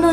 の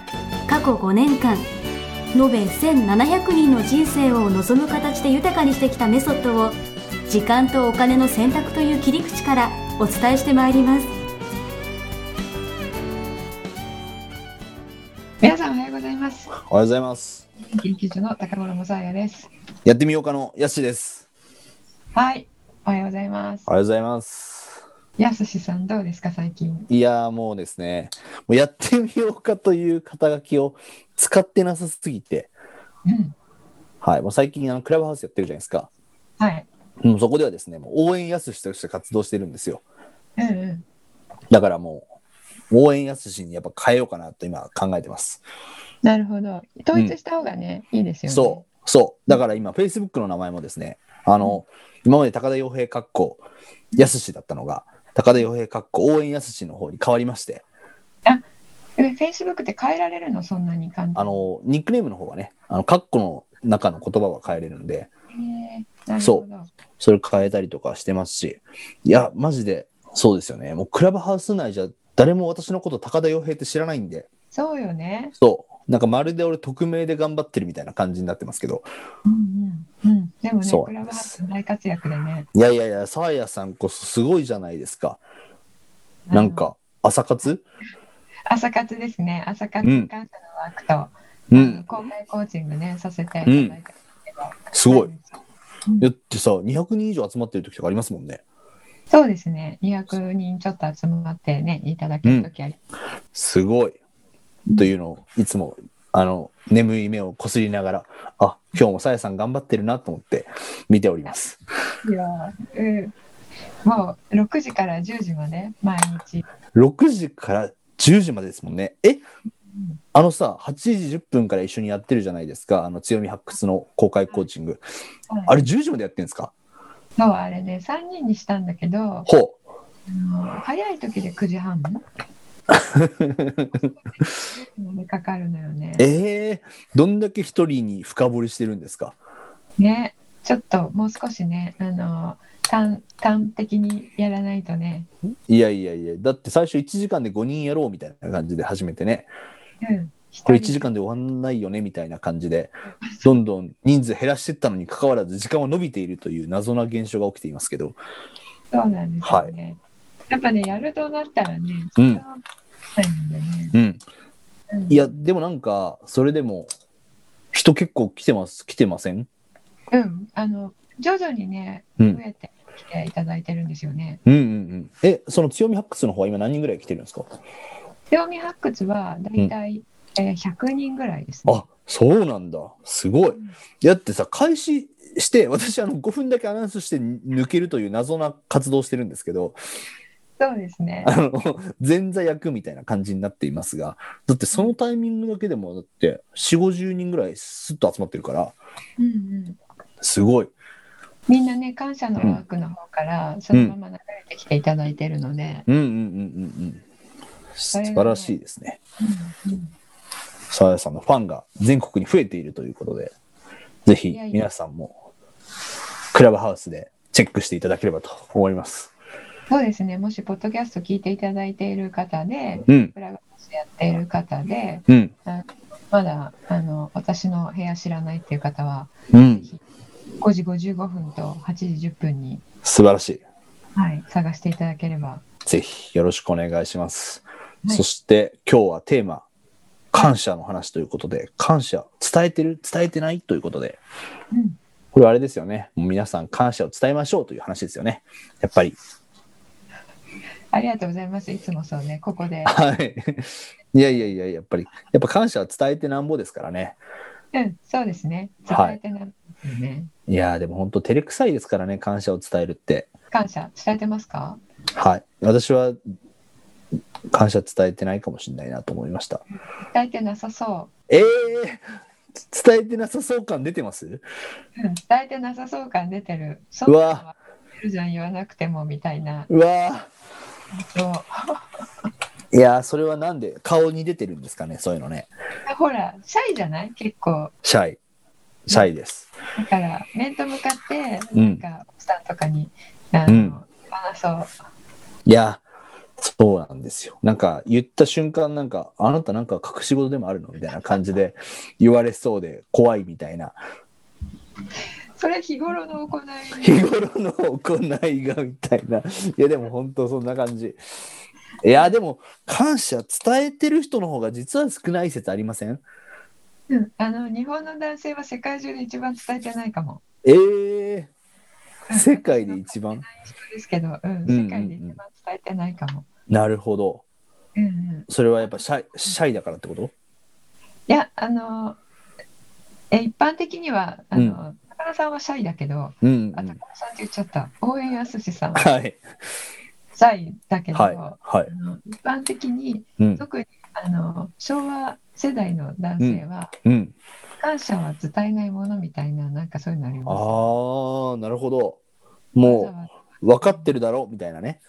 過去5年間延べ1700人の人生を望む形で豊かにしてきたメソッドを時間とお金の選択という切り口からお伝えしてまいります皆さんおはようございます。おはようございます。研究所の高頃もさやです。やってみようかのやっしーです。はい、おはようございますお。はようございます。やすしさんどうですか最近。いやーもうですね、もうやってみようかという肩書きを使ってなさすぎて、うん、はい、もう最近あのクラブハウスやってるじゃないですか。はい。もうそこではですね、もう応援やすしとして活動してるんですよ。うんうん。だからもう、応援やすしにやっぱ変えようかなと今考えてます。なるほど。統一した方がね、いいですよね。そう、そう。だから今、Facebook の名前もですね、あの、今まで高田洋平かっこやすしだったのが、高田洋平かっこ応援やすしの方に変わりまして、う。え、Facebook って変えられるのそんなに簡単。あの、ニックネームの方はね、あの、カッコの中の言葉は変えれるんで、へーなるそほうど。それ変えたりとかしてますし、いや、マジで、そうですよね。もうクラブハウス内じゃ、誰も私のこと高田洋平って知らないんで、そうよね。そう。なんかまるで俺匿名で頑張ってるみたいな感じになってますけど、うんうん。うん。でもね、そうクラブハウス大活躍でね。いやいやいや、サーヤさんこそすごいじゃないですか。なんあの。か、朝活朝活ですね。朝活うにん関してのワークと、うん、公開コーチングね、させていただいてますけど。すごい。うんだってさ、200人以上集まってる時とかありますもんね。そうですね。200人ちょっと集まってね、いただけるときあり、すごいというのをいつもあの眠い目をこすりながらあ今日もさやさん頑張ってるなと思って見ておりますいやー、うん、もう6時から10時まで毎日。 6時から10時までですもんねえあのさ8時10分から一緒にやってるじゃないですかあの強み発掘の公開コーチングあれれ10時までやってるんですかそうあれね、3人にしたんだけど、ほうあの早い時で9時 半までかかるのよね。えー、どんだけ一人に深掘りしてるんですかね、ちょっともう少しね、あの端端的にやらないとね、いやいやいやだって最初1時間で5人やろうみたいな感じで始めてねうん、これ1一時間で終わんないよねみたいな感じでどんどん人数減らしていったのに関わらず時間は伸びているという謎な現象が起きていますけど、そうなんですよね。やっぱね、やるとなったらね、うん時間はないんだよね。うん、うんいやでもなんかそれでも人結構来てます来てませんうん、あの徐々にね、う増んえてきていただいてるんですよね。うんうんうんえその強み発掘の方は今何人ぐらい来てるんですか興味発掘はだいたいえー100人ぐらいですね。あそうなんだすごいうんだってさ開始して私あの5分だけアナウンスして抜けるという謎な活動をしてるんですけどそうですね。あの前座役みたいな感じになっていますがだってそのタイミングだけでもだって4 5 0人ぐらいスッと集まってるからうんうん、すごいみんなね感謝のワークの方からそのまま流れてきていただいてるので、うんうんうんうんうん。素れがね晴らしいですね。うんうんさやさんのファンが全国に増えているということで、ぜひいやいや皆さんもクラブハウスでチェックしていただければと思います。そうですね。もしポッドキャスト聞いていただいている方で、うん、プラグハウスやっている方で、うん、まだあの私の部屋知らないっていう方は、うん。 5時55分と8時10分に、素晴らしい。はい、探していただければ。ぜひよろしくお願いします。はいそして今日はテーマ、感謝の話ということで、感謝、伝えてる、伝えてないということで、うんこれはあれですよね。もう皆さん感謝を伝えましょうという話ですよね。やっぱり。ありがとうございます。いつもそうね、ここ で。はい。いやいやいや、やっぱり、やっぱ感謝は伝えてなんぼですからね。うん、そうですね。伝はいえてないですよね。いやー、でも本当照れくさいですからね、感謝を伝えるって。感謝伝えてますか？はい。私は、感謝伝えてないかもしれないなと思いました。伝えてなさそえー、伝えてなさそう感出てますうん伝えてなさそう感出てる。そうなのは言ってるじゃん言わなくてもみたいな。うわそうーいやーそれはなんで顔に出てるんですかねそういうのねほらシャイじゃない結構シャイシャイですだから面と向かってうんなんか奥さんとかにあの、うん話そう。いやそうなんですよなんか言った瞬間なんかあなたなんか隠し事でもあるのみたいな感じで言われそうで怖いみたいな それ日頃の行いに日頃の行いがみたいないやでも本当そんな感じいやでも感謝伝えてる人の方が実は少ない説ありませんうんあの日本の男性は世界中で一番伝えてないかも。えー、世界で一番ですけど、うん、うん世界で一番伝えてないかも。なるほどうんうん、それはやっぱシャイシャイだからってこといやあのえ一般的にはあの、高田さんはシャイだけど、うん、うあ高ん、田さんって言っちゃった応援やすしさんははいシャイだけど、はいあはい、の一般的にうん特にあの昭和世代の男性は、うん、感謝は伝えないものみたいななんかそういうのありあますーなるほどもう分かってるだろうみたいなね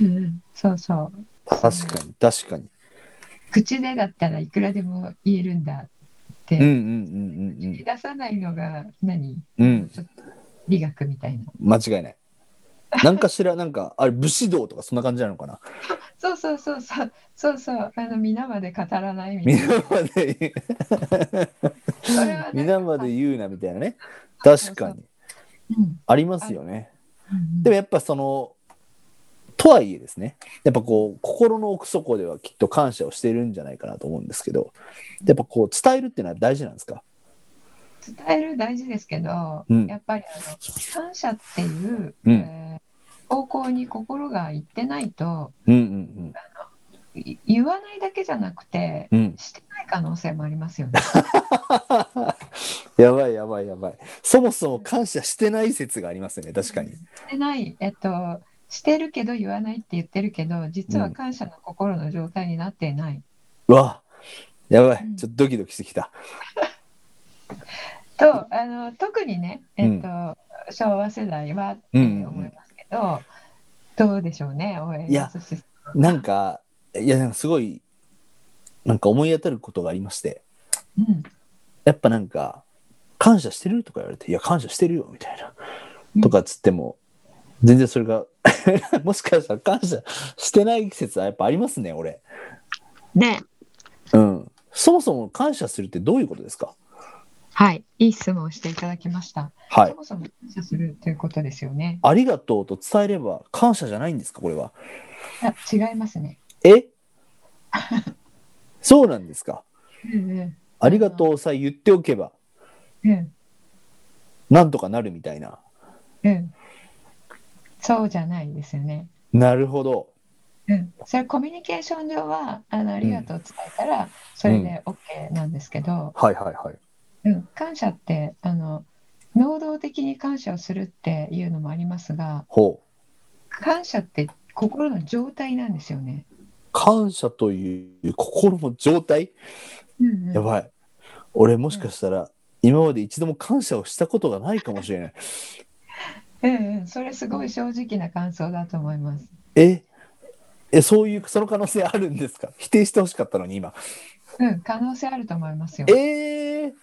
う、うんうん、そうそう確かに確かに口でだったらいくらでも言えるんだって、うんうんうんうん言い出さないのが何、うんうんちょっと美学みたいな間違いない何かしらなんかあれ武士道とかそんな感じなのか なそうそうそうそうそうそうあの皆まで語らないみたいな皆ま でそれはなんか皆まで言うなみたいなね確かにうんありますよねうんでもやっぱそのとはいえですねやっぱこう心の奥底ではきっと感謝をしてるんじゃないかなと思うんですけどやっぱこう伝えるっていうのは大事なんですか伝える大事ですけど、うんやっぱりあの感謝っていう、うんえー方向に心がいってないとうんうんい言わないだけじゃなくてうんうん してない可能性もありますよね。やばいやばいやばいそもそも感謝してない説がありますよね確かにしてない、えっと、してるけど言わないって言ってるけど実は感謝の心の状態になっていない。うわやばういんちょっとドキドキしてきたとあの特にね、えっとう昭和世代はってうんうんうん思いますけど、どうでしょうね大江いや康史さんなんかいやなんかすごいなんか思い当たることがありましてうんやっぱなんか「感謝してる?」とか言われて「いや感謝してるよ」みたいなうんとかっつっても全然それが もしかしたら感謝してない説はやっぱありますね俺ねうんそもそも感謝するってどういうことですかはいいい質問をしていただきました。はそいもそも感謝するということですよね。ありがとうと伝えれば感謝じゃないんですかこれはあ違いますね。 えそうなんですかうんありがとうさえ言っておけばうんうんなんとかなるみたいなうん。そうじゃないですよね。なるほどうん、それコミュニケーション上はあのありがとうを伝えたらそれで OK なんですけど、はいはいはいうん感謝ってあの能動的に感謝をするっていうのもありますがほう感謝って心の状態なんですよね。感謝という心の状態うんやばい。俺もしかしたら今まで一度も感謝をしたことがないかもしれない。うんうん、それすごい正直な感想だと思います。ええ、そういう、その可能性あるんですか否定してほしかったのに今。うん、可能性あると思いますよ。えー、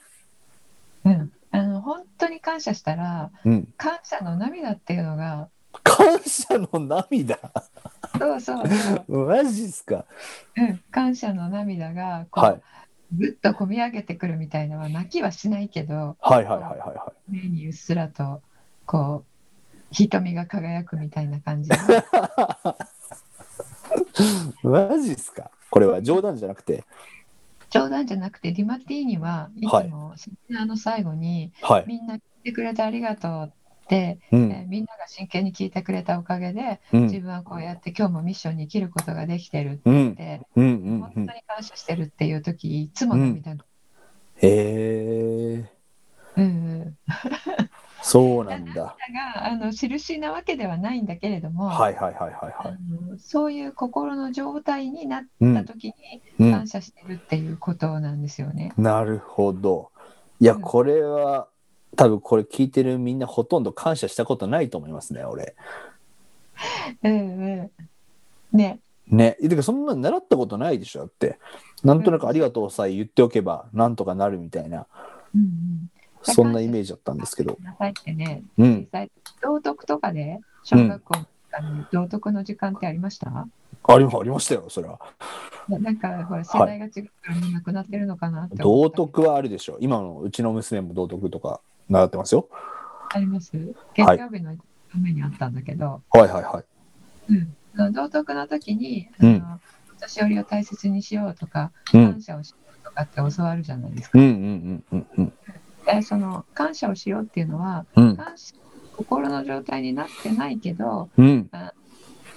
うん、あの本当に感謝したらうん。感謝の涙っていうの が感謝の涙。 そうそうそう、マジっすか。うん、感謝の涙がこう、はい。ぐっとこみ上げてくるみたいなのは泣きはしないけどはいはいはいはいは目にうっすらとこう瞳が輝くみたいな感 じい。マジっすか。これは冗談じゃなくて。冗談じゃなくてディマティーニはいつもセミナーの最後に、はい。みんな聞いてくれてありがとうって、うえーん。みんなが真剣に聞いてくれたおかげでう自ん。分はこうやって今日もミッションに生きることができてるうん。うっん。て、うん本。う当にん。感謝してるっていう時いつも涙が、えー、うんうんそうなんだ。があの印なわけではないんだけれども、はいはいはいはいあはい。のそういう心の状態になっうたん、時にうん感、謝してるっていうことなんですよね。なるほど。いや、うんこれは、多分これ聞いてるみんなほとんど感謝したことないと思いますね、俺。うんうん、ねね。てか、そんなの習ったことないでしょ、だって。なんとなくありがとうさえ言っておけば、なんとかなるみたいな、うんうんそんなイメージだったんですけど。なさいってね、う実ん。際道徳とかで小学校の時間に道徳の時間ってありました、ありありましたよ、それは。ななんかほら世代が違うからみんなくなってるのかなって思道ったけど徳はあるでしょ。今のうちの娘も道徳とか習ってますよ。あります月曜日のためにあったんだけど、はいはいはい。うん、その道徳の時にあうの、んお年寄りを大切にしようとかうん感。謝をしようとかって教わるじゃないですか。うんうんうんうんうん。でその感謝をしようっていうのはうん。感謝心の状態になってないけど、うん。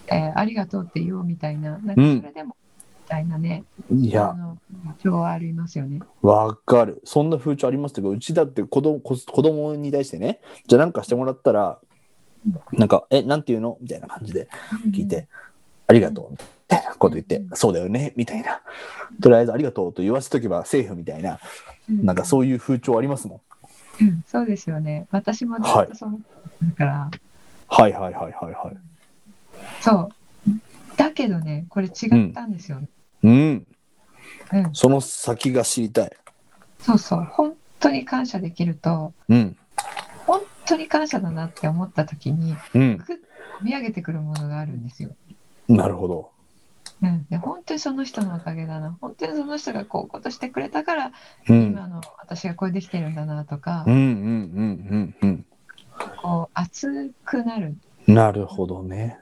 えーありがとうって言おうみたいななんかそれでもみたいなね、いやあ。の今日はありますよね。わかる。そんな風潮ありますけど、うちだって子供子子供に対してね、じゃあなんかしてもらったら、なんか、え、なんて言うのみたいな感じで聞いて、ありがとう、みたいなこと言って、うんそうだよね、みたいな。とりあえずありがとうと言わせとけばセーフみたいな、う、なんかそういう風潮ありますもん。うん、うんそうですよね。私もずっとそう思ってたから、はいはいはいはいはい。そう。だけどね、これ違ったんですよね。うん。うん、その先が知りたい。そうそう。本当に感謝できると、うん。本当に感謝だなって思った時に、うん。見上げてくるものがあるんですよ。なるほど。うん、で本当にその人のおかげだな。本当にその人がこういうことしてくれたから、うん。今の私がこれできてるんだなとかうんう、んうんうんこう熱くなる、うん。なるほどね。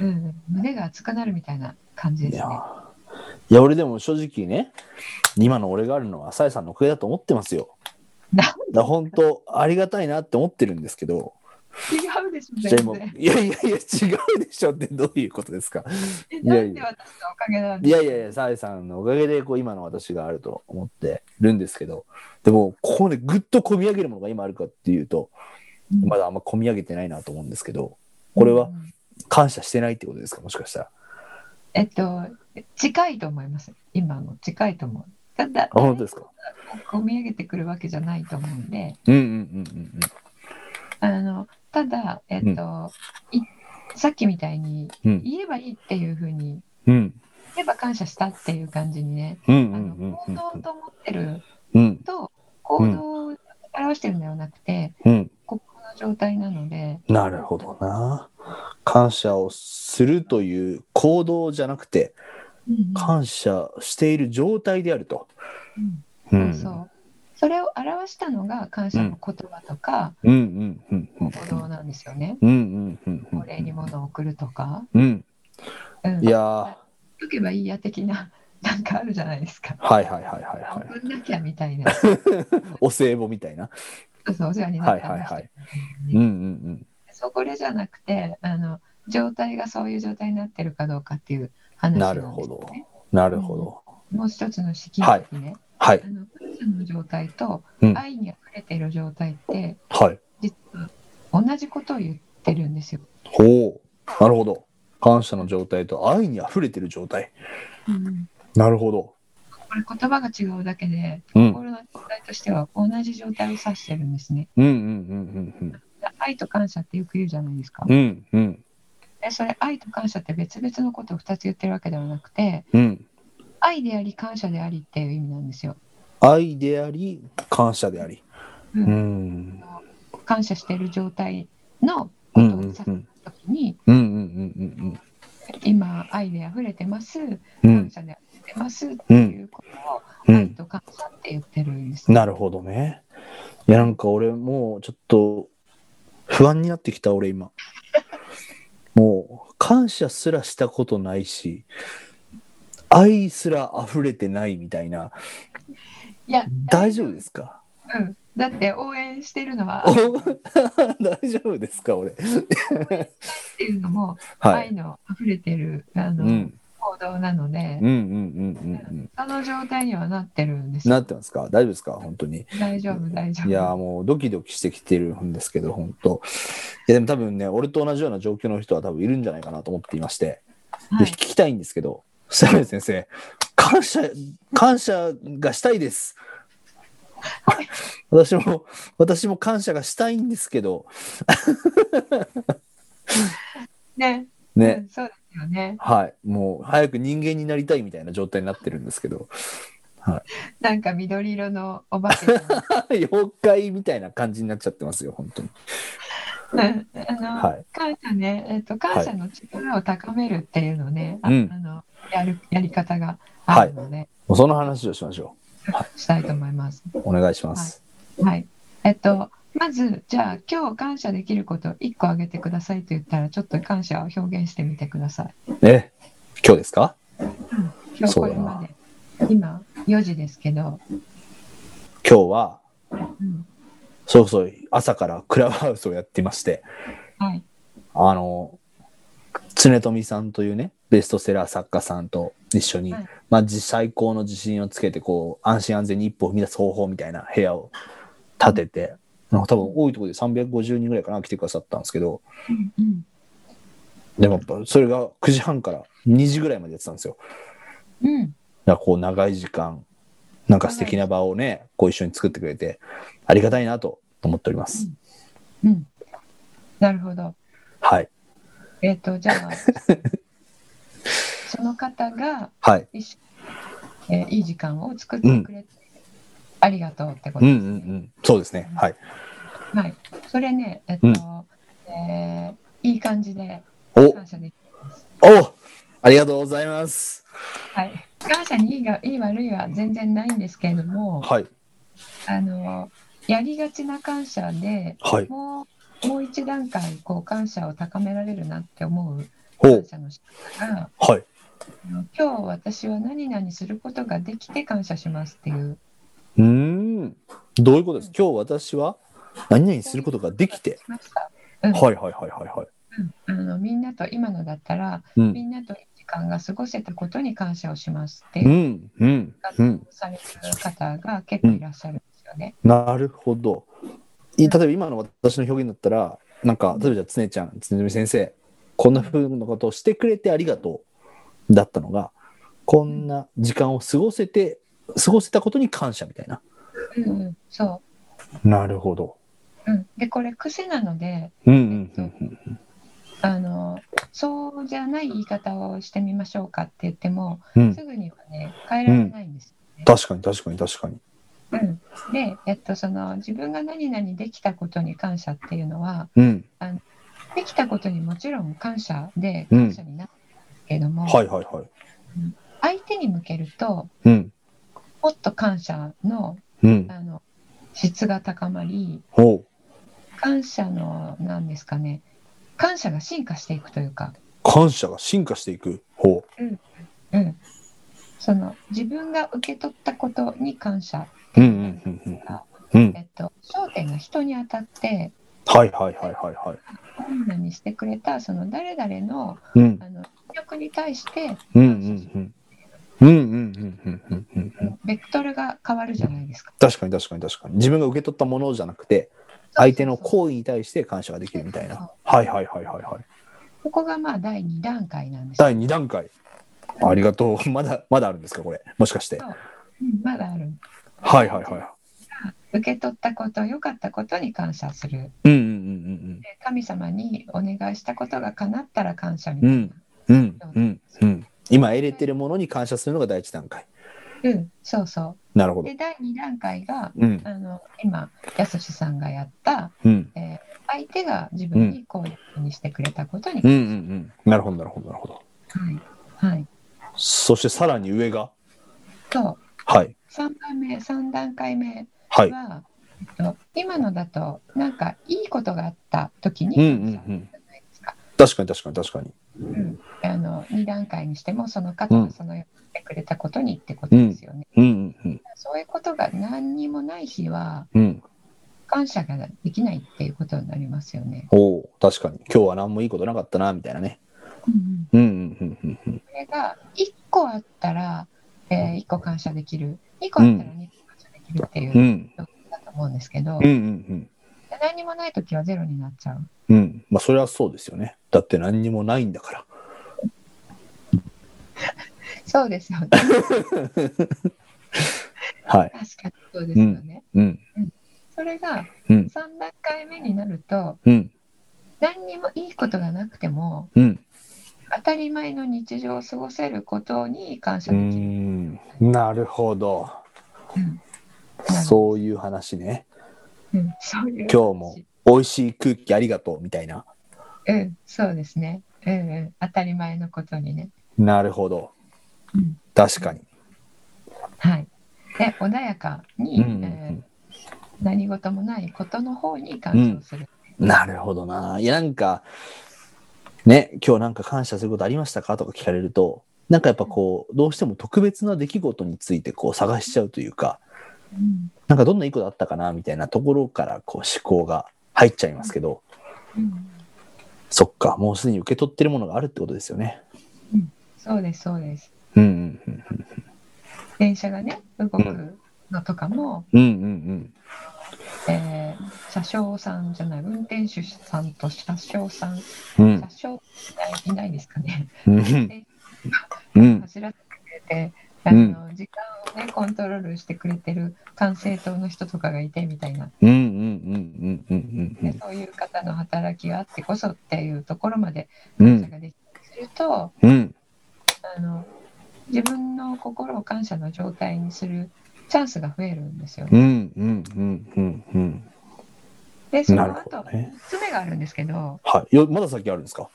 うん、胸が熱くなるみたいな感じいですね。やいや俺でも正直ね今の俺があるのはさえさんのおかげだと思ってますよ。なだから本当ありがたいなって思ってるんですけど違うでしょ、で全も然。いやいやいや違うでしょってどういうことですかえいやなんで私のおかげなんいですやかいやいやさえさんのおかげでこう今の私があると思ってるんですけどでもここでぐっとこみ上げるものが今あるかっていうとうんまだあんまこみ上げてないなと思うんですけどこれはうん感謝してないってことですかもしかしたら。えっと、近いと思います。今の近いと思う。ただ、あ本当ですかこう見上げてくるわけじゃないと思うんで、うんうんうんあのただ、えっと、いさっきみたいにうんうん言えばいいっていうふうに、うん言えば感謝したっていう感じにね、うんうあのんうんうん行動と思ってるうんと、行動を表してるのではなくて、うん、この状態なので、なるほどな。感謝をするという行動じゃなくて、感謝している状態であると。うんう、そうんそうそれを表したのが感謝の言葉とかうん、うん、うん、うん、行動なんですよね。うん、うん、うん、うお礼にん、物を送るとか、うん、うんいやー、は書けばいいや的な、なんかあるじゃないですか。い、はい、はい、はい、は送んなきゃみたいな、い。お歳暮みたいな。そうそうお世話になはっい、たはい、話はい。うん、うん、そうこれじゃなくてあの、状態がそういう状態になってるかどうかっていううん。話ななんるです、ね、ほど。なるほど。もう一つの式の時ね、はいあ、の感謝の状態とうん愛にあふれている状態って、はい。実は同じことを言ってるんですよ。ほう。なるほど。感謝の状態と愛に溢れてる状態。なるほど。これ言葉が違うだけで、うん、心の状態としては同じ状態を指してるんですね。うん、うん、うん、愛と感謝ってよく言うじゃないですかうん、う。ん、うん、えそれ愛と感謝って別々のことを2つ言ってるわけではなくてうん。愛であり感謝でありっていう意味なんですよ。愛であり感謝でありううんん感謝している状態のうこんとうをん指うすん時に、うんうん今愛で溢れてますうんう感ん謝で溢れてますっていうことうを愛んと感謝って言ってるんです。なるほどねいやなんか俺もうちょっと不安になってきた俺今もう感謝すらしたことないし愛すら溢れてないみたいないや大丈夫ですかうん、だって応援してるのは愛っお大丈夫ですか俺ていうのもはい愛の溢れてるあの、うん行動なのでうん、うんうんうんうん。その状態にはなってるんですよなってますか大丈夫ですか本当に。大丈夫、大丈夫。いやーもうドキドキしてきてるんですけど、本当。いやでも多分ね、俺と同じような状況の人は多分いるんじゃないかなと思っていまして、はでい聞、きたいんですけど、シャレ先生、感謝、感謝がしたいです。私も、私も感謝がしたいんですけど、ねうね、んそうですよね。はい、もう早く人間になりたいみたいな状態になってるんですけど、 なんか緑色のお化けさん 妖怪みたいな感じになっちゃってますよ、本当に。うんあの、はい。感謝ね、えっと、感謝の力を高めるっていうのね、あうんあのやるやり方があるので、もうその話をしましょしたいと思います。う。お願いします。はい。えっと、まず、じゃあ、今日感謝できること1個挙げてくださいと言ったら、ちょっと感謝を表現してみてください。え、今日ですか今日そこうれだなまで、今、4時ですけど、今日は、うんそうそう、朝からクラブハウスをやってまして、はい。あの、常富さんというね、ベストセラー作家さんと一緒に、はいまあ、じ最高の自信をつけて、こう、安心安全に一歩を踏み出す方法みたいな部屋を建てて、なんか多分多いところで350人ぐらいかな、来てくださったんですけど、うんうんでもやっぱそれが9時半から2時ぐらいまでやってたんですよ。うん、だからこう、長い時間、なんか素敵な場をね、こう一緒に作ってくれて、ありがたいなと思っております。うん。なるほど。はい。えっ、と、じゃ あ、その方が、はい。一緒にえーいい時間を作ってくれて、ありがとうってこうとんうでんすね。うん。そうですね。はい。はい。それね、えっと、うんえーいい感じでお感謝できおありがとうございます。はい。感謝にいいがいい悪いは全然ないんですけれども、はい。あのやりがちな感謝ではい。もうもう一段階こう感謝を高められるなって思うほ感う。謝の仕方が、はい。あの今日私は何々することができて感謝しますっていう。うーん。どういうことです今日私は何々することができて。しました。うんはいはいはいはいはい。うんあのみんなと今のだったらうみんん。。なといい時間が過ごせたことに感謝をしますっていううんうん。うん。されてる方が結構いらっしゃるんですよね。なるほど。い例えば今の私の表現だったら、なんか、例えばじゃあ、つねちゃん、つねみ先生、こんなふうなことをしてくれてありがとうだったのが、こんな時間を過ごせて、過ごせたことに感謝みたいな。うんうん、そなるほど。う、うん、でこれ癖なのでうんうんうんうん。あのそうじゃない言い方をしてみましょうかって言ってもうんすぐにはね変えられないんです。確かに確かに確かに。うん、で、えっと、その自分が何々できたことに感謝っていうのはうん。できたことにもちろん感謝でうん感謝になるんですけども、はいはいはい。相手に向けるとうん。もっと感謝のうん。あの質が高まりほう。感謝のなんですかね感謝が進化していくというか、感謝が進化していく。ほうん、その自分が受け取ったことに感謝、う。うんうんうんうん。うん。えっと、焦点が人に当たってはいはいはいはいはい。本人にしてくれたその誰々のうん。あの力に対してうんうんうん。うんうんうんうんうんうんうん。ベクトルが変わるじゃないですか。確かに確かに確かに。自分が受け取ったものじゃなくて、相手の行為に対して感謝ができるみたいそうな。はいはいはいはいはい。ここがまあ第2段階なんですよ第2段階。ありがとう。 まだ、まだあるんですか、これ。もしかして。うんまだあるはいはいは受け取ったこと良かったことに感謝するい。うんうんで神様にお願いしたことが叶ったら感謝みうたいんな。うんうん。うんうんうん。今得れてるものに感謝するのが第1段階。うん、そうそなるほう。どで。第2段階がうんあの今やすしさんがやった、うん。えー相手が自分にこういうふうにしてくれたことに、うんうんうん。なるほど、なるほど、なるほど。はい、はい、そしてさらに上が。とはい。 3番目3段階目はい。うんは、えっと今のだとなんかいいことがあった時に、うんうん。確かに確かに確かに。うんあの2段階にしてもその方うがんそのようにしてくれたことにってことですよね。うんうんそういうことが何にもない日はうん。うん。感謝ができないっていうことになりますよね。おお、確かに。今日は何もいいことなかったな、みたいなね。うんうんうんうんうんこれが1個あったら、え1個感謝できる2個あったら2個感謝できるっていうう状ん況だと思うんですけど、うんうんで何もない時はゼロになっちゃううんうんまあそれはそうですよねだって何にもないんだからそうですよね確はいかにそうですよね、うんそれがうん3段階目になるとうん何にもいいことがなくてもうん当たり前の日常を過ごせることに感謝うできる、んなるほどうんそういう話ねうんそういう今日も美味しい空気ありがとうみたいなうんそうですねうんうん当たり前のことにねなるほどうん確かにはいで穏やかに、うんうんうえーん何事もないことの方に感謝をする。なるほどな。いや、なんか、ね、今日なんか感謝することありましたかとか聞かれると、なんかやっぱこう、どうしても特別な出来事についてこう探しちゃうというか、うんなんかどんないいことあったかなみたいなところからこう思考が入っちゃいますけど、うんそっか、もうすでに受け取ってるものがあるってことですよね。そうですそうです。うんうん電車がね動うんくのとかも、うん。うんうんえー車掌さんじゃない運転手さんと車掌さんうん。うん車掌いないいないですかね。うんうん。走らせてくれてあうの、ん時間をねコントロールしてくれてる管制塔の人とかがいてみたいな、うんうんうんうんうんうねんそういう方の働きがあってこそっていうところまでう感謝んができたりすると。うんあの自分の心を感謝の状態にするチャンスが増えるんですよね。うんうんうんうんうんでうそんなるのほど後ね3つ目があるんですけど、はいよまだ先あるんですか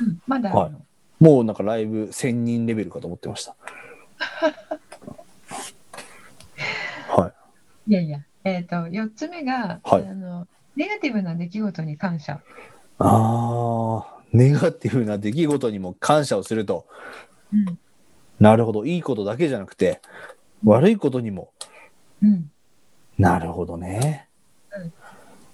うんまだあはいのもうなんかライブ1000人レベルかと思ってました。はいやいや、えー、と4つ目が、はいあのネガティブな出来事に感謝、い。ああ、ネガティブな出来事にも感謝をすると。うんなるほど。いいことだけじゃなくて、悪いことにも。うん、なるほどね。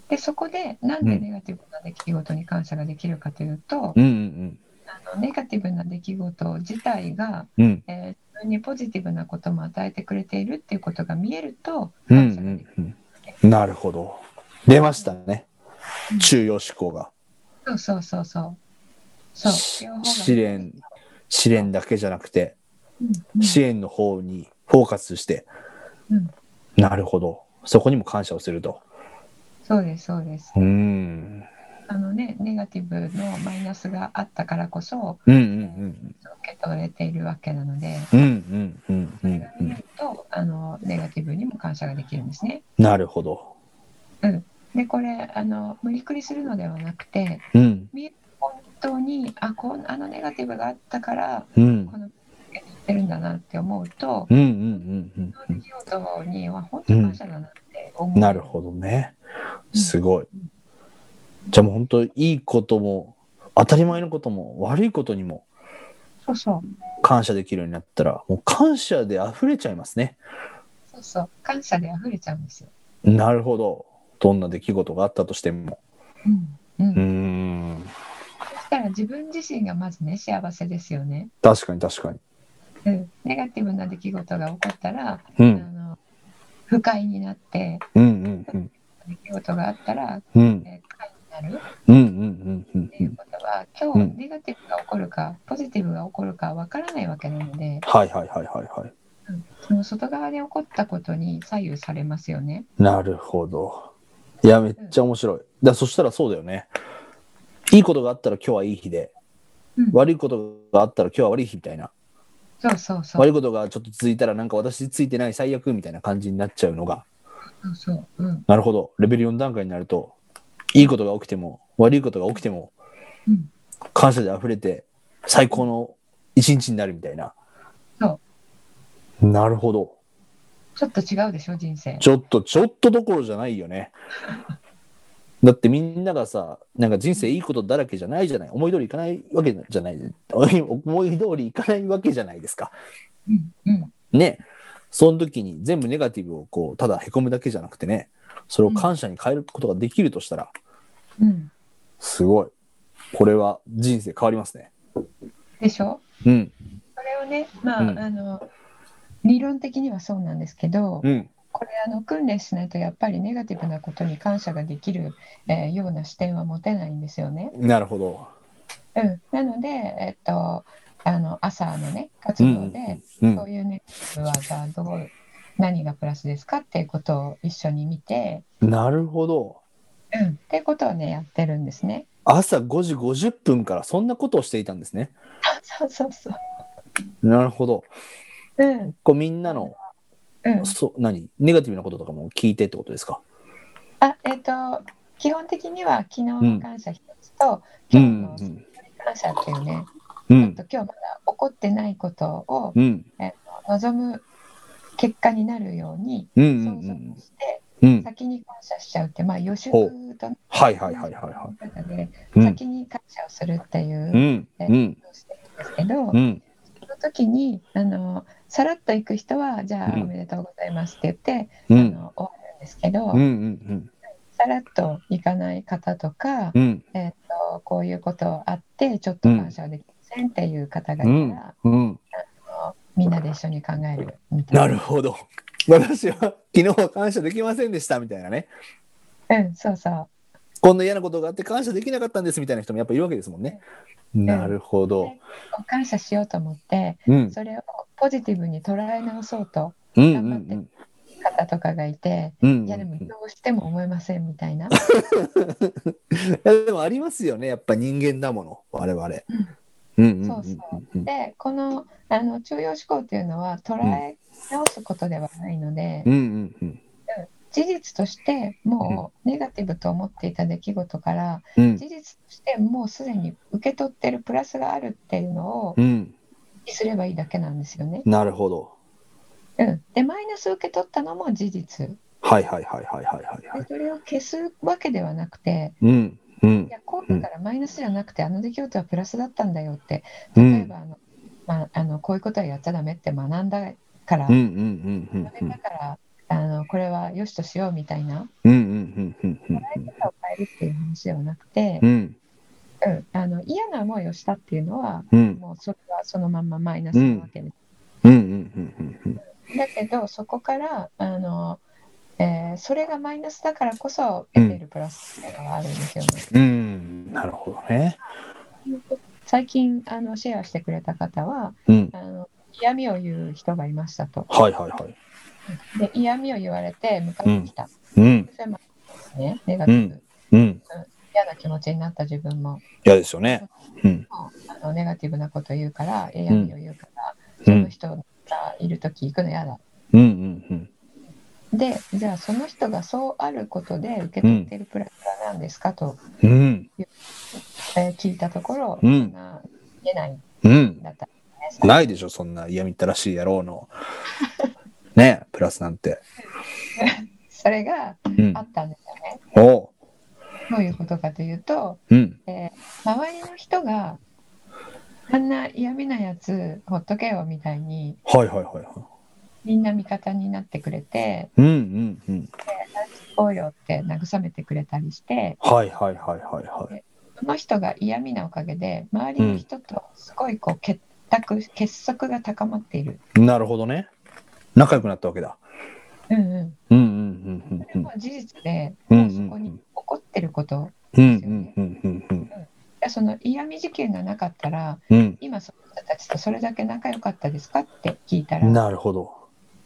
でそこでなんでネガティブな出来事に感謝ができるかというと、うんうんあのネガティブな出来事自体が、うん。うんえー自分にポジティブなことも与えてくれているっていうことが見えるとう感ん謝ができる。うんうん。なるほど。出ましたね。中庸思考が。そうそうそうそう。そうし両方が試練試練だけじゃなくて、うんうん支援の方にフォーカスして。うんなるほど。そこにも感謝をすると。そうですそうです。うん。あのねネガティブのマイナスがあったからこそうんうん受け取れているわけなので、うん。うんうんうんうそれんがう見えん。るとあのネガティブにも感謝ができるんですね。なるほど。でこれあの無理くりするのではなくてうん本当にあこんあのネガティブがあったからうん。この受け取ってるんだなって思うと。うんうんうんうんうそのん出来事には本当に感謝だなって思う、うん。なるほどね。すごい。じゃあもう本当いいことも当たり前のことも悪いことにもそうそう感謝できるようになったらもう感謝で溢れちゃいますね。そうそう感謝で溢れちゃうんですよ。なるほど。どんな出来事があったとしても。うんうんうーん。そしたら自分自身がまずね幸せですよね、確かに確かに。うん、ネガティブな出来事が起こったら、うあんの不快になってうんうんうん。出来事があったら、うんえー快になるうんうんうんってういんう。ことは今うん日ネガティブが起こるかポジティブが起こるかわからないわけなのではいはいはいはいはい。その外側で起こったことに左右されますよね。なるほど。いや、めっちゃ面白い。だそしたらそうだよね。いいことがあったら今日はいい日で、うん悪いことがあったら今日は悪い日みたいな、そうそうそう悪いことがちょっと続いたらなんか私ついてない最悪みたいな感じになっちゃうのが、そうそう、うんなるほど、レベル4段階になると、いいことが起きても、悪いことが起きても、うん、感謝で溢れて、最高の一日になるみたいな。そなるほど。ちょっと違うでしょ人生。ちょっと、ちょっとどころじゃないよね。 だってみんながさ、なんか人生いいことだらけじゃないじゃない。思い通りいかないわけじゃない。思い通りいかないわけじゃないですか。うんうんね。その時に全部ネガティブをこう、ただへこむだけじゃなくてね、それを感謝に変えることができるとしたら、うんすごい。これは人生変わりますね。でしょうんそれをね、まあうんあの理論的にはそうなんですけど、うんこれあの訓練しないとやっぱりネガティブなことに感謝ができる、えーような視点は持てないんですよね。なるほどうん、なので、えっと、あの朝のね活動で、うんそういうネガティブはじゃあどう何がプラスですかっていうことを一緒に見て、なるほどうん、っていうことをねやってるんです ね。朝5時50分からそんなことをしていたんですねそうそうそう。なるほどうんこうみんなのうん、そう何ネガティブなこととかも聞いてってことですかあえっと基本的には昨日の感謝一つと、うん今う日のん感謝っていうね、うちょっんと今日まだ起こってないことをうん望む結果になるようにうんう想ん像してうんうん先に感謝しちゃうって、まあ、予習ほうとねはいはいはいはいは中でいうん先に感謝をするっていううんうんことをしてるんですけど、うんその時にあのさらっと行く人はじゃあうんおめでとうございますって言って、うんうあんの終わるんですけど、うんうんさらっと行かない方とか、うんえっとこういうことあってちょっと感謝はできませんっていう方がいたら、うんみんなで一緒に考えるみたいな。なるほど 私は昨日は感謝できませんでしたみたいなねうん、そうそう。こんな嫌なことがあって感謝できなかったんですみたいな人もやっぱいるわけですもんねなるほど感謝しようと思って、うんそれをポジティブに捉え直そうとうんうん方とかがいて、うんうんいやでもどうしても思えませんみたいな。いやでもありますよねやっぱ人間だもの我々うんうんうんうんで、このあの中庸思考っていうのは捉え直すことではないので、うんうんうん事実としてもうネガティブと思っていた出来事から、うん事実としてもうすでに受け取ってるプラスがあるっていうのをうん意識すればいいだけなんですよね。なるほどうん、で、マイナス受け取ったのも事実。はいはいはいはいはいはいはでいそれを消すわけではなくて、うんうんいやこうだからマイナスじゃなくて、あの出来事はプラスだったんだよってう例んえばあの、まあ、あのこういうことはやっちゃダメって学んだから、うんうんうん学うんんだからあのこれは良しとしようみたいなうんうんうんうんうん捉え方を変えるっていう話ではなくて、うんうんあの嫌な思いをしたっていうのはうんもうそれはそのまんまマイナスなわけでうんうんうんうんうんす。だけどそこからあの、えーそれがマイナスだからこそ得ているプラスっていうのがあるんですよね。うんなるほどね最近あのシェアしてくれた方はうんあの嫌味を言う人がいましたと。はいはいはいで嫌味を言われて向かってきた。うんそれもね、ネガティブ、うん嫌な気持ちになった自分も嫌ですよねうんあのネガティブなこと言うから嫌味を言うから、うそのん人がいる時行くの嫌だ。うんうんうんでじゃあその人がそうあることで受け取っているプラスは何ですかと、うんえー聞いたところ、うんそんな言えないんうんだった。ないでしょそんな嫌みったらしい野郎のねえプラスなんてそれがうんあったんですよね。おうどういうことかというと、うん周りの人があんな嫌味なやつほっとけよみたいにはいはいはいはいみんな味方になってくれてうんうんうんこうよって慰めてくれたりしてはいはいはいはいはいその人が嫌味なおかげで周りの人とすごいこう結託結束が高まっている、なるほどね。仲良くなったわけだ。うんうん、うんうんうんそうんうれんも事実で、うんもううんうんそこに起こってることうんうんうんうんうんその嫌味事件がなかったらうん今その人たちとそれだけ仲良かったですかって聞いたうん。らなるほど。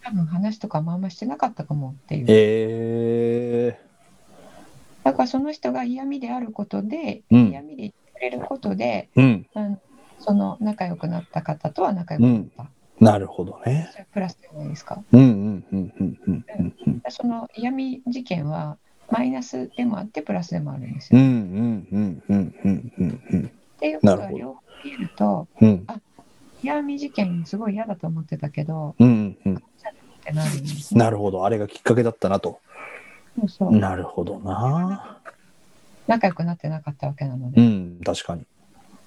多分話とかもあんましてなかったかもっていう。えだからその人が嫌味であることで、うん嫌味で言ってくれることで、ー、うんうん、その仲良くなった方とは仲良くうなっん。た。なるほどね。それプラスじゃないですか。うんうんうんうんうんうんうんその嫌味事件はマイナスでもあってプラスでもあるんですうよ。んうんうんうんうんうんうんっていうことながるほど両方見えると、うん嫌味事件すごい嫌だと思ってたけど、うんうんってなるんですね。なるほどあれがきっかけだったなとそうそう。なるほどな仲良くなってなかったわけなのうで、ん確かに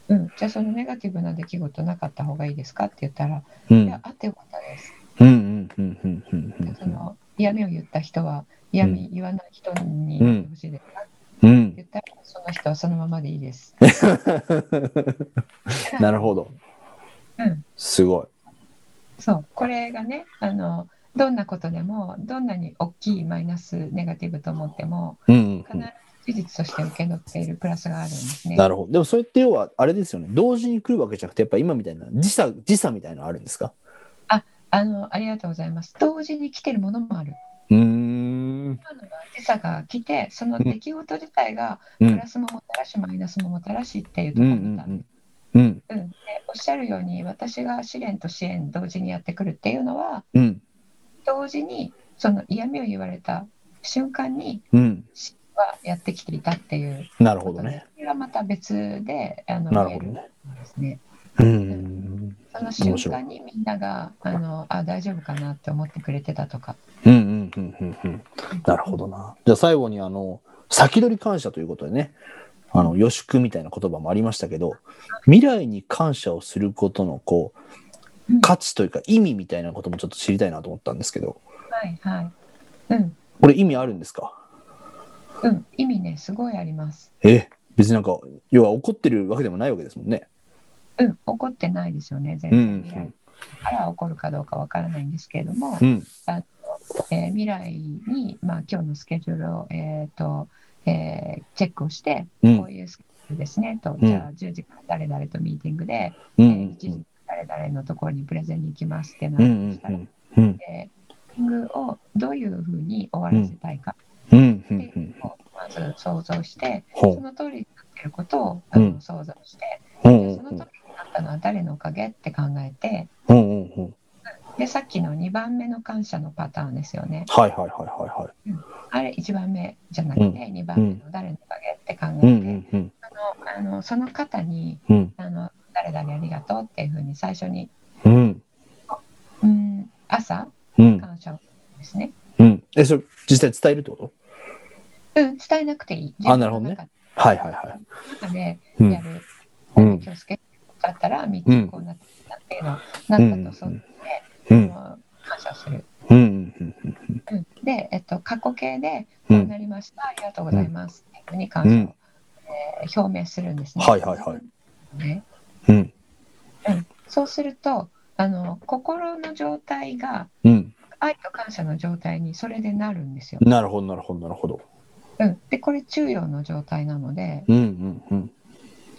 うん、じゃあそのネガティブな出来事なかった方がいいですかって言ったら、ういやん、あってよかったです。うんうんうんうんうんうんその嫌味を言った人は嫌味言わない人になってほしいですか、 うん。言ったら、その人はそのままでいいです。なるほど。うんすごい。そう、これがね、あの、どんなことでも、どんなに大きいマイナス、ネガティブと思っても、うんう必んず事実として受け取っているプラスがあるんですうねん。。なるほど。でもそれって要は、あれですよね。同時に来るわけじゃなくて、やっぱ今みたいな時差、時差みたいなのあるんですかあの、ありがとうございます。同時に来てるものもある。うーん。今のは時差が来て、その出来事自体がうプんラスももたらし、マイナスももたらしっていうとこうんろうだ。んうん。うんうん、でおっしゃるように私が試練と支援同時にやってくるっていうのはうん同時にその嫌味を言われた瞬間にうん。はやってきていたっていうなるこほとどでね。それはまた別であのなるほど言ね。えるんですねうん。その瞬間にみんながあのあ大丈夫かなって思ってくれてたとかうんうんうんうんうん。なるほどな。じゃあ最後にあの、先取り感謝ということでね、あの、予祝みたいな言葉もありましたけど、未来に感謝をすることのこうう、ん価値というか意味みたいなこともちょっと知りたいなと思ったんですけど、はいはいうんこれ意味あるんですかうん意味ねすごいありますえ、別になんか、要は怒ってるわけでもないわけですもんね。うん怒ってないですよね全う然、んから怒るかどうかわからないんですけれども、うん。うん。えー未来に、まあ、今日のスケジュールを、えーとえーチェックをして、こうんういうスケジュールですねと、んじゃあ10時から誰々とミーティングで、うえー1ん時から誰々のところにプレゼンに行きますってなうんうるとんしたら、うんうんえーミーティングをどういうふうに終わらせたいかうんうんうんうんをまず想像して、ほそうの通りになっていることをあうんの想像して、ほうでその通ほりにうなったのは誰のおかげって考えてほうほうほうでさっきの2番目の感謝のパターンですよね。はいはいはいはいはあれ1番目じゃなくてうん2番目の誰のおかげって考えて、いうんうんうんあのあのその方にうんあの誰々ありがとうっていうふうに最初にうんうん朝うん感謝をですね、うんえそれ実際伝えるってこうとん、伝えなくていいあなるほどねはいはいはい自分の中でうやんる、うん今日スケだったら3つこうなってたっていうのをなったとそううんうんあの感謝をする、うんうんうんうん、で、えっと、過去形でうこうんなりました、ありがとうございますっていうふうに感謝を、うんえー表明するんですね。はいはいはいねうんそうするとあの心の状態がうん愛と感謝の状態にそれでなるんですよ。なるほどなるほどなるほどうん、でこれ中庸の状態なのでうんうんうん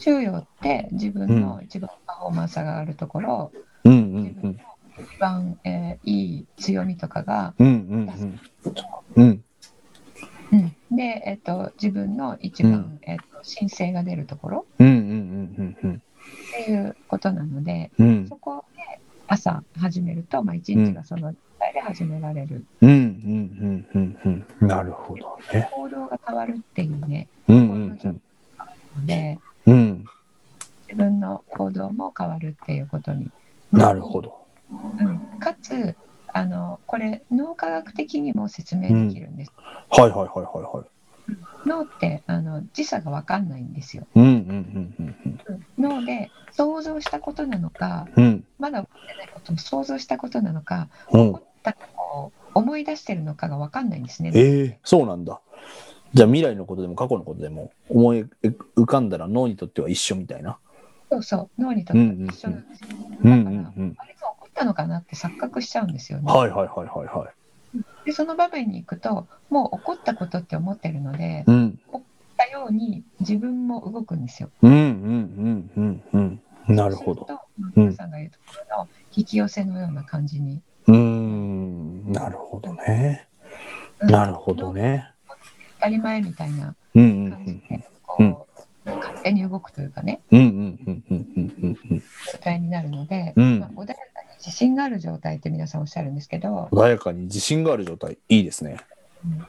中庸って自分の一番パフォーマンスが上がるところ、うんうんうん一番、えーいい強みとかが、うんうんうんうんうん、で、えっと自分の一番、えっと神聖が出るところうんうんうんうんっていうことなのでうんそこで朝始めると、まあ、一日がその状態で始められる、うんうんうんうんうんなるほどね行動が変わるっていうねうんうんので。うんうん自分の行動も変わるっていうことに。なるほどうんかつあのこれ脳科学的にも説明できるんです。はいはいはいはいはい脳ってあの時差が分かんないんですよ。うんうんうんうん脳で想像したことなのかうんまだ起こってないことを想像したことなのかうん起こったことを思い出してるのかが分かんないんですね。ええそうなんだ。じゃあ未来のことでも過去のことでも思い浮かんだら脳にとっては一緒みたいな。そうそう脳にとっては一緒なんですよ。うんだからうんあれが起こったのかなって錯覚しちゃうんですようん。ね。はいはいはいはいはい。でその場面に行くともう起こったことって思ってるのでうん言ったように自分も動くんですよ。うんうんうんうんうん。なるほど。そうすると。皆さんが言うところの引き寄せのような感じに。うーん。なるほどね。うんなるほどね。当たり前みたいなうんうん感じで、こうんう、勝手に動くというかね、うんうんうんうんうんうん状態になるので、うんまあ、穏やかに自信がある状態って皆さんおっしゃるんですけどうん。、穏やかに自信がある状態いいですね。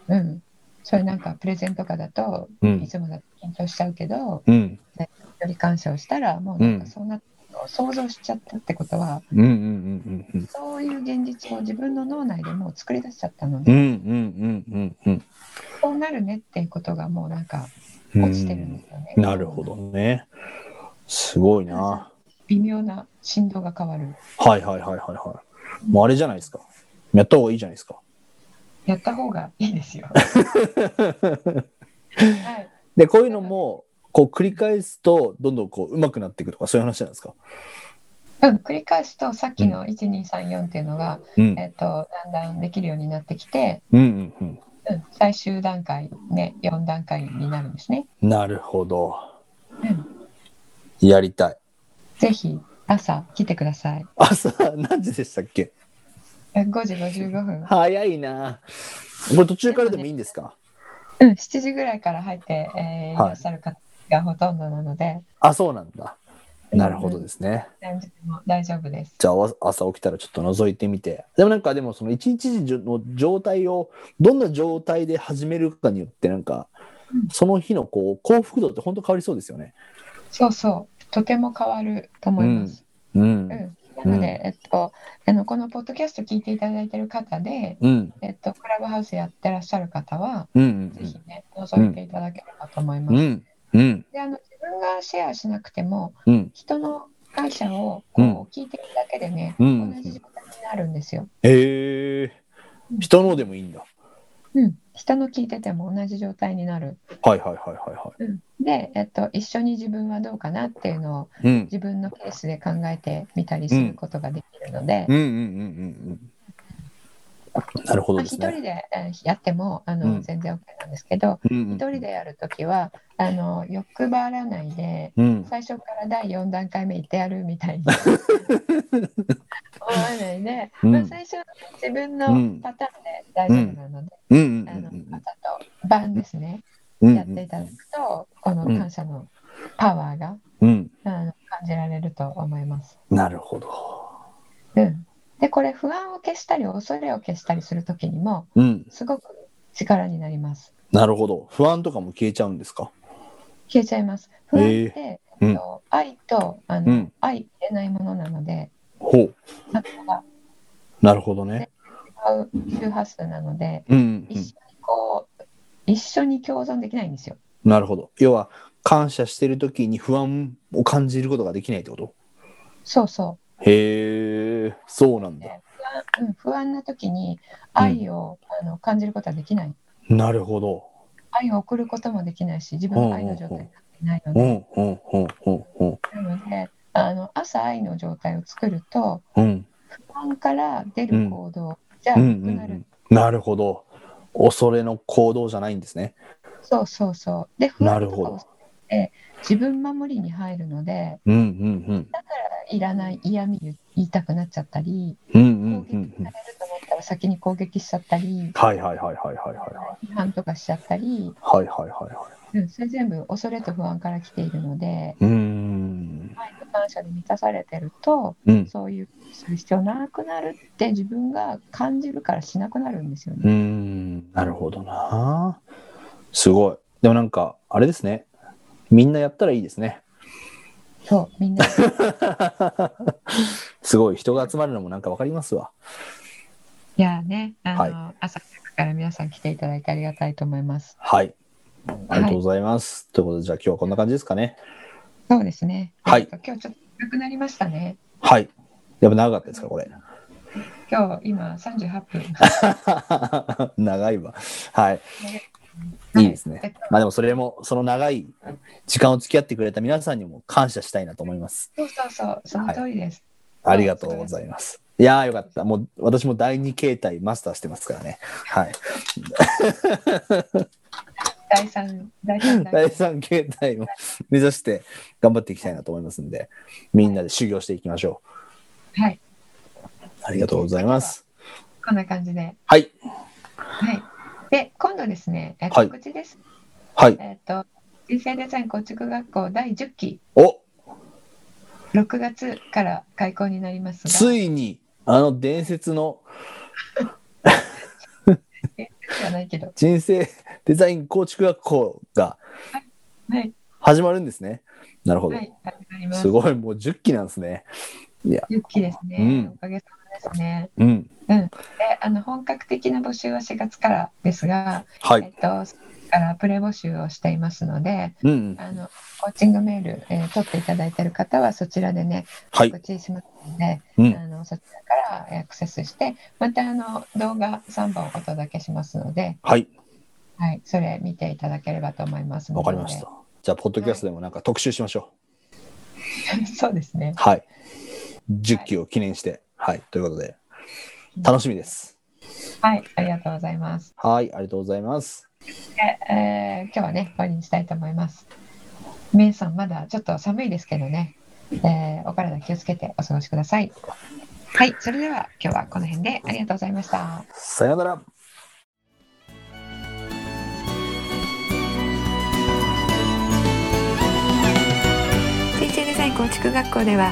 うん。それなんかプレゼンとかだと、うんいつもだと緊張しちゃうけど、うんより感謝をしたら、もうなんかそんな、想像しちゃったってことは、うんうんうんうんうんそういう現実を自分の脳内でもう作り出しちゃったのうで、んうんうんうんうんこうなるねっていうことがもうなんかうん。落ちてるんですよね。なるほどね。すごいな。微妙な振動が変わる。はいはいはいはいはい。もうあれじゃないですか。やった方がいいじゃないですか。やった方がいいですよ。はい。 で、こういうのも、こう繰り返すと、どんどんこう上手くなっていくとか、そういう話なんですか。うん、繰り返すとさっきの1234っていうのが、うん。えっと、だんだんできるようになってきて、うんうんうん。うん、最終段階ね4段階になるんですね。なるほど。うん、やりたい。ぜひ朝来てください。朝、何時でしたっけえ5時55分、早いな。これ途中からでもいいんですかうん、7時ぐらいから入って、えーいはいらっしゃる方がほとんどなのであ、そうなんだ。なるほどですね。何時でも大丈夫です。じゃあわ朝起きたらちょっと覗いてみて。でもなんかでもその一日時の状態をどんな状態で始めるかによってなんかうんその日のこう幸福度って本当変わりそうですよね。そうそうとても変わると思います。ううんん。なので、えっと、あのこのポッドキャスト聞いていただいてる方で、うん。えっと、クラブハウスやってらっしゃる方はうん。うぜひん。ね覗いていただければと思います。うん。うん。であの自分がシェアしなくてもうん。人の感謝をこう聞いているだけでね、うん同じ状態になるんですよ。へえ。人のでもいいんだ。うん、人の聞いてても同じ状態になる。はいはいはいはいはうん、で、えっと、一緒に自分はどうかなっていうのをい。うん。自分のケースで考えてみたりすることができるので、うんうんうんうんうん。なるほまどあ、で一すね。人でえーやってもあの、うん全然 OK なんですけどうんうん一人でやるときはあの欲張らないでうん。最初から第4段階目行ってやるみたいに 思わないで。うんまあ、最初は自分のパターンで大丈夫なので、うんうんあのパターンと晩ですね、うんうん。やっていただくとこの感謝のパワーが、うん。あの感じられると思います。なるほど。うん、でこれ不安を消したり恐れを消したりする時にもうん。すごく力になります。なるほど。不安とかも消えちゃうんですか。消えちゃいます。不安って、えうんっと愛とあの、うん愛入れないものなのでほう。だからなるほどね。違う周波数なのでうん、う一緒んにこう一緒に共存できないんですよ。なるほど。要は感謝してる時に不安を感じることができないってこと。そうそうへえ、そうなんだ。ね不安うん、不安な時に愛を、あの感じることはできないなるほど。愛を送ることもできないし自分の愛の状態になってないのうで、んうんうんうんうんなのであの朝愛の状態を作るとうん不安から出る行動じゃうなんうくなる、ん。なるほど。恐れの行動じゃないんですね。そうそうそうで不な安るとかほどをして自分守りに入るのでうんうんだからいらない嫌味言いたくなっちゃったりうん。うんうん攻撃うんうさん。れると思ったら先に攻撃しちゃったりはいはいはいはいはいはいはい。批判とかしちゃったり、はいはいはいはうん、それ全部恐れと不安から来ているので。い。うーん。愛と感謝で満たされてるとうん。そういうする必要なくなるって自分が感じるからしなくなるんですようね。ーん。なるほどな。すごい。でもなんか、あれですね。みんなやったらいいですね。 そうみんなすごい。人が集まるのもなんかわかりますわ。いやーねあの、は朝から皆さん来ていただいてありがたいと思います。はい。ありがとうございます。ということで、じゃあ今日はこんな感じですかね。そうですね。はいえっと今日ちょっと長くなりましたね。はい。やっぱ長かったですか、これ。 今日今三十八分。長いわ。はい。はいいですえっねと。まあでもそれも、その長い時間を付き合ってくれた皆さんにも感謝したいなと思います。そうそうそうその通りです。ありがとうございます。いやーよかった。もう私も第二形態マスターしてますからね。はい。第三第三第 第四三形態も目指して頑張っていきたいなと思いますんで、みんなで修行していきましょはい。う。ありがとうございます。こんな感じで。はい。はい。で今度ですね。えっと、はい告知です。はい。えっと人生デザイン構築学校第十期お6月から開校になりますが、ついに、あの伝説のじゃないけど、人生デザイン構築学校がはい、始まるんですね。なるほどは。い、始まります。すごい、もう10期なんですね。ゆっきですね、うんおかげさまですね。うん。で、あの本格的な募集は4月からですが、はえっい。と、そこからプレ募集をしていますので、うんうん。あのコーチングメール、えー取っていただいている方はそちらでね、はい告。知しますので、うんあのそちらからえーアクセスして、またあの動画3本お届けしますので、はい。はい、それ見ていただければと思いますので。わかりました。じゃあ、ポッドキャストでもなんか特集しましょ そうですねう。。はい。10期を記念して。はい。ということで、楽しみです。はい、ありがとうございます。はい。ありがとうございます。でえー今日はね、終わりにしたいと思います。皆さん、まだちょっと寒いですけどね、えーお体気をつけてお過ごしください。はい、それでは今日はこの辺でありがとうございました。さよなら。水中デザイン構築学校では